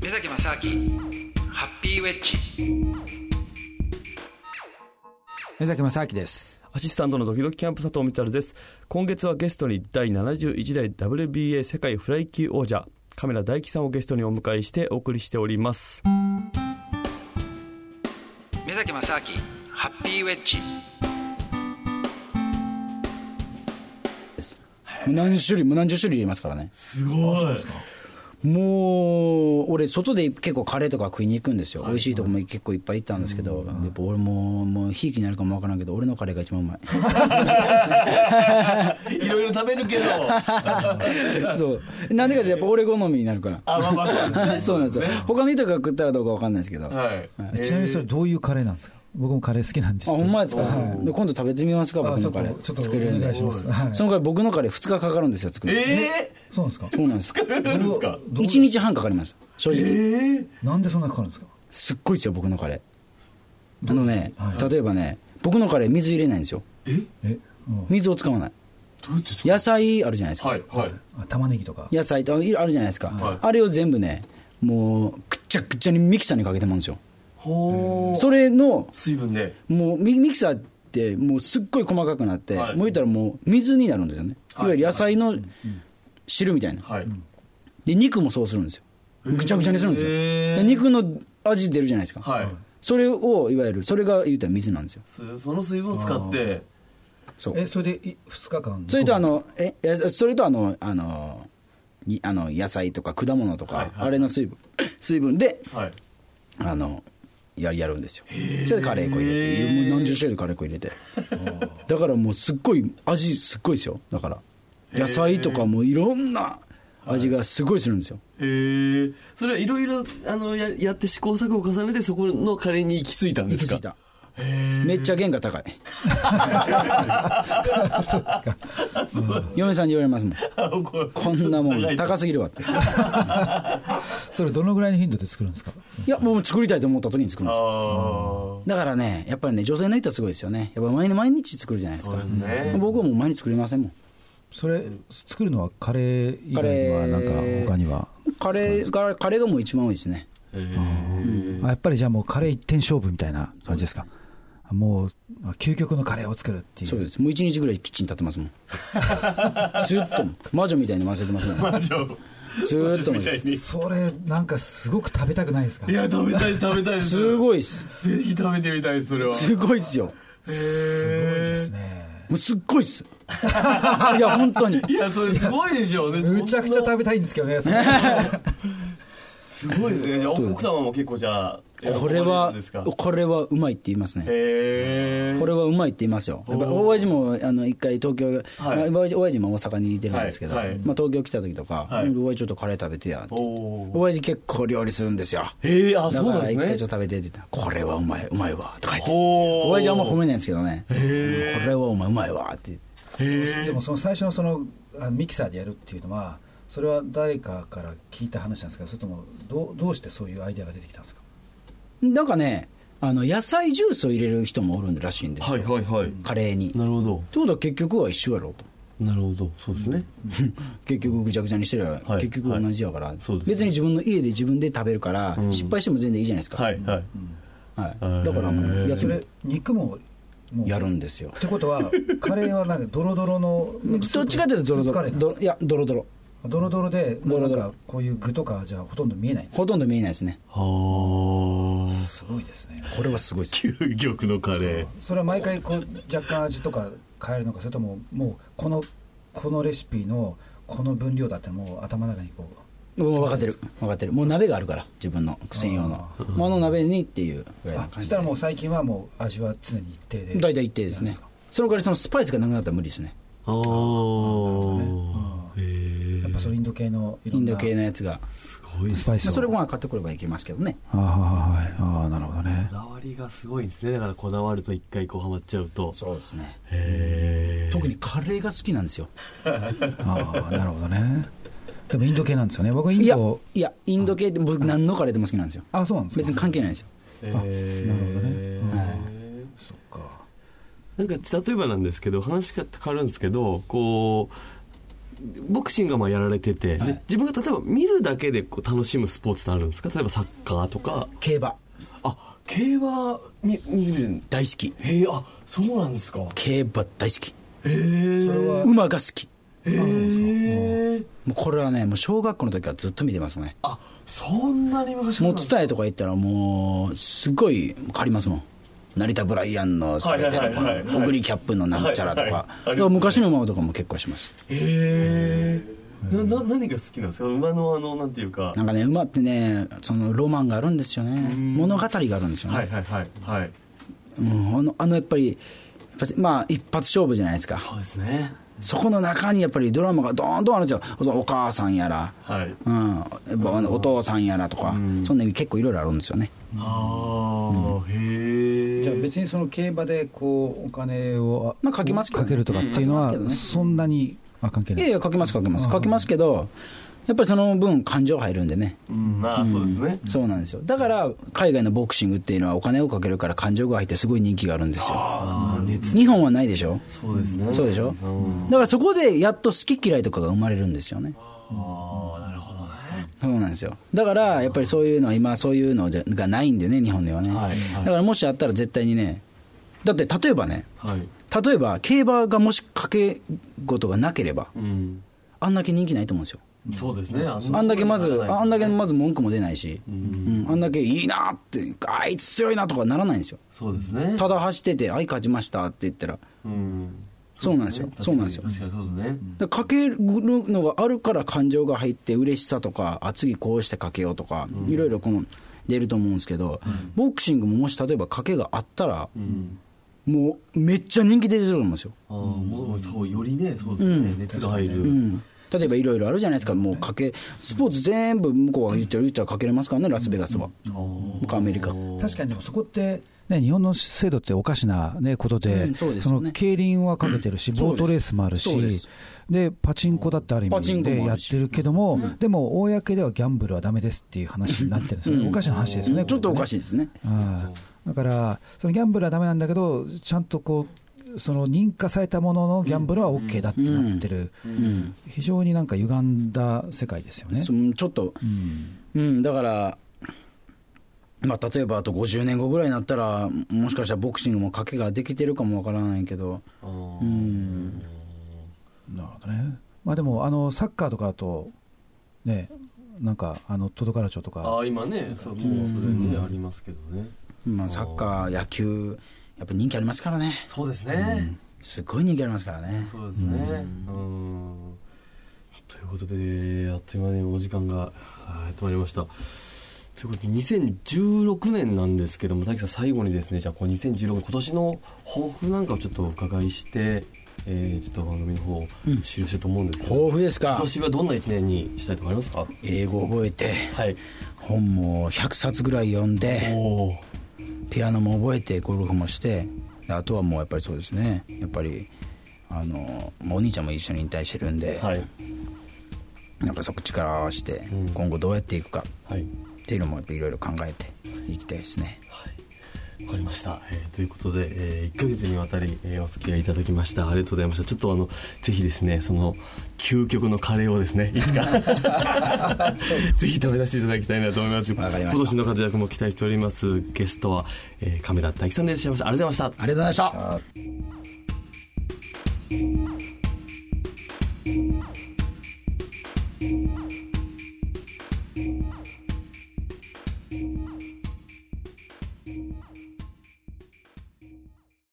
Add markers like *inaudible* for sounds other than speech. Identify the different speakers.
Speaker 1: 目崎正明ハッピーウェッジ
Speaker 2: 目崎正明です
Speaker 3: アシスタントのドキドキキャンプ佐藤光です。今月はゲストに第71代 WBA 世界フライ級王者、カメラ大輝さんをゲストにお迎えしてお送りしております。
Speaker 1: 目崎正明ハッピーウェッジ
Speaker 4: 何種類も何十種類入れますからね
Speaker 3: すごい。
Speaker 4: もう俺外で結構カレーとか食いに行くんですよ、美味しいとこも結構いっぱい行ったんですけど、やっぱ俺もうもうひいきになるかもわからんけど俺のカレーが一番うまい
Speaker 3: いろいろ食べるけど。
Speaker 4: そうなんでかってやっぱ俺好みになるから
Speaker 3: あ、まあまあ
Speaker 4: *laughs* そうなんですよ、他の人が食ったらどうかわかんないですけど、あ
Speaker 3: はい。
Speaker 5: ちなみにそれどういうカレーなんですか僕もカレー好きなんですけど
Speaker 4: ほんまですか、
Speaker 5: はい
Speaker 4: で今度食べてみますか僕
Speaker 5: あち
Speaker 4: の
Speaker 5: ょっと
Speaker 4: カレ
Speaker 5: ちょ
Speaker 4: ー
Speaker 5: っと
Speaker 4: 作れるん
Speaker 5: お願
Speaker 4: で
Speaker 5: いし
Speaker 4: そ
Speaker 5: ます、はい、
Speaker 4: の代わり僕のカレー2日かかるんですよ作るの
Speaker 3: え
Speaker 5: そうなんですか
Speaker 4: そうなんです
Speaker 3: えなんですか
Speaker 4: 1日半かかります正直、
Speaker 5: なんでそんなかかるんですか
Speaker 4: すっごいですよ僕のカレーあのね、例えばね僕のカレー水入れないんですよ
Speaker 5: え、うん
Speaker 4: 水を使わない野菜あるじゃないですか、
Speaker 3: はい、はい。
Speaker 5: あ玉ねぎとか
Speaker 4: 野菜とあるじゃないですか、
Speaker 3: はい
Speaker 4: あれを全部ねもうくっちゃくちゃにミキサーにかけてもらうんですよ
Speaker 3: ほ
Speaker 4: それの
Speaker 3: 水分で。
Speaker 4: もうミミキサーってもうすっごい細かくなって、
Speaker 3: はい
Speaker 4: もう言ったらもう水になるんですよね、
Speaker 3: はい
Speaker 4: い、わゆる野菜の汁みたいな、
Speaker 3: はい。
Speaker 4: で肉もそうするんですよぐちゃぐちゃにするんですよ、
Speaker 3: へー
Speaker 4: で肉の味出るじゃないですか、
Speaker 3: はい。
Speaker 4: それをいわゆるそれが言ったら水なんですよ
Speaker 3: すその水分を使って、
Speaker 4: そう
Speaker 5: えそれでい2日間
Speaker 4: それとあのえいやそれとあのあのにあの野菜とか果物とか、
Speaker 3: はいはい
Speaker 4: あれの水分 *clears throat* 水分で
Speaker 3: はい。
Speaker 4: あのややるんですよそれでカレー粉入れてもう何十種類カレー粉入
Speaker 3: *laughs*
Speaker 4: れてだからもうすっごい味すっごいですよだから野菜とかもいろんな味がすごいするんですよ、
Speaker 3: へえ。それはいろいろ、あの、ややって試行錯誤を重ねて、そこのカレーに行き着いたんです
Speaker 4: 行き
Speaker 3: か
Speaker 4: 過ぎためっちゃ原価高
Speaker 3: *laughs*
Speaker 4: い嫁さんに言われますもんこんなもん高すぎるわってい
Speaker 5: それどのぐらいの頻度で作るんですか
Speaker 4: やもう作りたいと思った時に作るんですよ
Speaker 3: あ
Speaker 4: だからねやっぱりね女性の人はすごいですよねやっぱ毎日毎日作るじゃないですか
Speaker 3: そうですね
Speaker 4: 僕はもう毎日作りませんもん
Speaker 5: それ作るのはカレー以外には
Speaker 4: カレー
Speaker 5: なんか他には
Speaker 4: カレーがカレーがもう一番多いですね
Speaker 5: あやっぱりじゃあもうカレー一点勝負みたいな感じですかもうあ究極のカレーを作るっていう
Speaker 4: そうですもう1日ぐらいキッチン立ってますもん
Speaker 3: *laughs*
Speaker 4: ずっと魔女みたいに忘れてますもん魔
Speaker 3: 女
Speaker 4: ずーっと魔女
Speaker 5: それなんかすごく食べたくないですか
Speaker 3: いや食べたいです食べたいです
Speaker 4: すごいっす
Speaker 3: ぜひ食べてみたいですそれは
Speaker 4: すごいっすよ
Speaker 5: すごいですね
Speaker 4: もうすっごい
Speaker 3: *laughs*
Speaker 4: っすいや本当に
Speaker 3: いやそれすごいでしょうね
Speaker 5: むちゃくちゃ食べたいんですけどねそれ
Speaker 3: すごいですねじゃあ奥様も結構じゃあ
Speaker 4: これは
Speaker 3: 喜ばるんですか
Speaker 4: これはうまいって言いますね
Speaker 3: へえ
Speaker 4: これはうまいって言いますよ、やっぱ大親父もあの一回、東京、
Speaker 3: はい
Speaker 4: まあ親父親父も大阪にいてるんですけど、
Speaker 3: はいはい
Speaker 4: まあ、東京来た時とか、
Speaker 3: はい
Speaker 4: うん親父ちょっとカレー食べてやって、
Speaker 3: お
Speaker 4: 親父結構料理するんですよ、
Speaker 3: へえあ
Speaker 4: だ
Speaker 3: そう
Speaker 4: か
Speaker 3: なん
Speaker 4: ら
Speaker 3: で
Speaker 4: 一
Speaker 3: す
Speaker 4: 回
Speaker 3: ね
Speaker 4: ちょっと食べてって言ったら、これはうまい、うまいわとか言って、
Speaker 3: ほう
Speaker 4: 親父あんま褒めないんですけどね、これはうまい、うまいわって、
Speaker 5: でもその最初のそのあのミキサーでやるっていうのはそれは誰かから聞いた話なんですけどそれともどうどうしてそういうアイデアが出てきたんですか
Speaker 4: なんかね、あの野菜ジュースを入れる人もおるらしいんですよ、
Speaker 3: はいはいはい
Speaker 4: カレーに。っ
Speaker 3: なるほど
Speaker 4: てことは結局は一緒やろうと。
Speaker 3: なるほどそうですね
Speaker 4: 結局ぐちゃぐちゃにしてれば、
Speaker 3: はい
Speaker 4: 結局同じやから、
Speaker 3: そうですね
Speaker 4: 別に自分の家で自分で食べるから、
Speaker 3: うん
Speaker 4: 失敗しても全然いいじゃないですか、
Speaker 3: はいはい
Speaker 4: はい、だからもうやって
Speaker 5: そ
Speaker 4: み
Speaker 5: れ肉ももう
Speaker 4: やるんですよ
Speaker 5: ってことはカレーはなんかドロドロの
Speaker 4: *laughs* どっちかというとドロド
Speaker 5: スープカレ
Speaker 4: ロ
Speaker 5: ーなんで
Speaker 4: ど
Speaker 5: す
Speaker 4: いやドロドロ
Speaker 5: かドロドロでもうなん
Speaker 4: ドロド
Speaker 5: かこういう具とかじゃあほとんど見えないんです
Speaker 4: ほとんど見えないですね
Speaker 3: はあ
Speaker 5: すごいですね
Speaker 4: これはすごいです
Speaker 3: 究極のカレー
Speaker 5: それは毎回こう若干味とか変えるのかそれとももうこのこのレシピのこの分量だってもう頭の中にこう
Speaker 4: もう分かってる分かってるもう鍋があるから自分の専用のもの鍋にっていうぐらいの
Speaker 5: あ
Speaker 4: 感
Speaker 5: そ
Speaker 4: じ
Speaker 5: したらもう最近はもう味は常に一定で
Speaker 4: 大体一定ですねその代わりそのスパイスがなくなったら無理ですね
Speaker 3: ああへえ
Speaker 5: やっぱそのインド系のい
Speaker 4: イ
Speaker 5: ろん
Speaker 4: ン
Speaker 5: な
Speaker 4: ド系のやつが、
Speaker 3: すごいです
Speaker 5: スパイス
Speaker 4: まあ、
Speaker 5: を
Speaker 4: それもまあ買ってくればいけますけどね
Speaker 5: ああはいああなるほどね
Speaker 3: こだわりがすごいんですねだからこだわると一回こうハマっちゃうと
Speaker 4: そうですね
Speaker 3: へ
Speaker 4: 特にカレーが好きなんですよ
Speaker 5: ああなるほどねでもインド系なんですよね僕イン
Speaker 4: いや
Speaker 5: ド
Speaker 4: いやインド系って僕何のカレーでも好きなんですよ
Speaker 5: あそうなんですか
Speaker 4: 別に関係ないんですよ
Speaker 3: え
Speaker 5: なるほどね
Speaker 3: ね
Speaker 5: そっか
Speaker 3: なんか例えばなんですけど話が変わるんですけどこう
Speaker 6: ボクシングはまあやられてて、で自分が例えば見るだけでこう楽しむスポーツってあるんですか例えばサッカーとか
Speaker 4: 競馬
Speaker 6: あ競馬見見るん
Speaker 4: 大好き
Speaker 6: へえあそうなんですか
Speaker 4: 競馬大好き
Speaker 6: へえ
Speaker 5: それは
Speaker 4: 馬が好き
Speaker 6: へえ
Speaker 4: もうこれはねもう小学校の時からずっと見てますね
Speaker 6: あそんなに昔から
Speaker 4: もう伝えとか行ったらもうすごい借りますもん成田ブライアンのすべてと
Speaker 6: はいはいはいはい
Speaker 4: か小栗キャップのなんちゃらと
Speaker 6: はいはい
Speaker 4: か
Speaker 6: はいあ
Speaker 4: だ
Speaker 6: りますね
Speaker 4: から昔の馬とかも結構します
Speaker 6: へえなな何が好きなんですか馬のあのなんていうか
Speaker 4: なんかね馬ってねそのロマンがあるんですよね物語があるんですよね、
Speaker 6: はいはいはいはい
Speaker 4: うん、あのあのやっぱりやっぱりまあ一発勝負じゃないですか
Speaker 6: そうですね
Speaker 4: そこの中にやっぱりドラマがどんどんあるんですよそのお母さんやら、
Speaker 6: はい
Speaker 4: うん、やっぱあのお父さんやらとかそんなに結構いろいろあるんですよね
Speaker 6: ああへえ
Speaker 5: じゃあ別にその競馬でこうお金を
Speaker 4: まあかけますけど
Speaker 5: かけるとかっていうの
Speaker 4: うんかけますけど
Speaker 5: は
Speaker 4: ね
Speaker 5: そんなにあ関係
Speaker 4: い
Speaker 5: ない
Speaker 4: やいや書きます書きます書きますけどやっぱりその分感情入るんでね
Speaker 6: うんまあそうですね
Speaker 4: そうなんですよだから海外のボクシングっていうのはお金をかけるから感情が入ってすごい人気があるんですよ
Speaker 6: ああ熱
Speaker 4: 日本はないでしょ
Speaker 6: そうですね
Speaker 4: そうでしょ
Speaker 6: うん
Speaker 4: だからそこでやっと好き嫌いとかが生まれるんですよね
Speaker 6: ああなるほどね
Speaker 4: そうなんですよだからやっぱりそういうのは今そういうのじゃがないんでね日本ではね、
Speaker 6: はいはい
Speaker 4: だからもしあったら絶対にねだって例えばね
Speaker 6: はい
Speaker 4: 例えば競馬がもし賭け事がなければ
Speaker 6: うん
Speaker 4: あんだけ人気ないと思うんですよ
Speaker 6: そうですね
Speaker 4: あんだけまずあんだけま
Speaker 6: ず
Speaker 4: ず文句も出ないし、うんあんだけいいなってあいつ強いなとかならないんですよ
Speaker 6: そうですね
Speaker 4: ただ走ってて「はい勝ちました」って言ったら
Speaker 6: うん
Speaker 4: そうなんですよそうなんですよ
Speaker 6: 確かにそうですね
Speaker 4: だからかけるのがあるから感情が入って嬉しさとかあ次こうしてかけようとか、いろいろこの出ると思うんですけど、ボクシングももし例えば賭けがあったら、
Speaker 6: うん
Speaker 4: もうめっちゃ人気出てると思うんですよ、
Speaker 6: ああもうそうよりねそうですね熱が入る
Speaker 4: うん例えばいろいろあるじゃないですかもう賭けスポーツ全部向こうが言っちゃう言っちゃうかけれますからねラスベガスは、
Speaker 6: あー
Speaker 4: 僕アメリカ
Speaker 5: 確かにでもそこって、ね、日本の制度っておかしな、ね、ことで,、
Speaker 4: うんそうですよね
Speaker 5: の競輪はかけてるし、
Speaker 4: ん
Speaker 5: ボートレースもある
Speaker 4: そう
Speaker 5: し
Speaker 4: で
Speaker 5: ですパチンコだってある意
Speaker 4: パチン
Speaker 5: 味
Speaker 4: コ
Speaker 5: で
Speaker 4: もあ
Speaker 5: や
Speaker 4: る
Speaker 5: っ
Speaker 4: して
Speaker 5: るけども、でも公ではギャンブルはだめですっていう話になってるんですよね、
Speaker 4: うん
Speaker 5: おかしな話ですよね、
Speaker 4: ちょっとおかし
Speaker 5: い
Speaker 4: いですね
Speaker 5: だからそのギャンブルはだめなんだけど、ちゃんとこうその認可されたもののギャンブルは OK だってなってる、
Speaker 4: うん
Speaker 5: 非常になんか歪んだ世界ですよね。
Speaker 4: そうんちょっと、
Speaker 5: うん
Speaker 4: うん、だから、まあ、例えばあと50年後ぐらいになったら、もしかしたらボクシングも賭けができてるかもわからないけど、
Speaker 6: あー
Speaker 4: うん、
Speaker 5: なるほどね。まあでもあのサッカーとかだとねなんかあのトドカラチョと
Speaker 6: あ
Speaker 5: か
Speaker 6: ー今ねそうもうそれねありますけどね
Speaker 4: まあ、サッカー、野球、やっぱ人気ありますからね、
Speaker 6: そうですね
Speaker 4: すごい人気ありますからね。
Speaker 6: そうですねうんということであっという間にお時間があーやってまいりましたということで2016年なんですけども大樹さん最後にですねじゃあこう2016今年の抱負なんかをちょっとお伺いして、えーちょっと番組の方を終了したいと思うんですけど、
Speaker 4: 豊富です
Speaker 6: 今
Speaker 4: か
Speaker 6: 年はどんな1年にしたいとかありますか
Speaker 4: 英語覚えて
Speaker 6: はい
Speaker 4: 本も100冊ぐらい読ん
Speaker 6: お
Speaker 4: で
Speaker 6: お
Speaker 4: ピアノも覚えてゴルフもしてあとはもうやっぱりそうですねやっぱりあのもうお兄ちゃんも一緒に引退してるんで、
Speaker 6: はい
Speaker 4: なんかそこ力を合わせて、
Speaker 6: ん
Speaker 4: 今後どうやっていくか
Speaker 6: はい
Speaker 4: っていうのもやっぱいろいろ考えていきたいですね。
Speaker 6: わかりました、えーということで、え1ヶ月にわたり、えーお付き合いいただきましたありがとうございましたちょっとあのぜひですねその究極のカレーをですね
Speaker 4: *laughs*
Speaker 6: いつかぜひ食べ出していただきたいなと思います
Speaker 4: わかりました
Speaker 6: 今年の活躍も期待しておりますゲストは、えー亀田大樹さんでいらっしゃいましたありがとうございました
Speaker 4: ありがとうございました。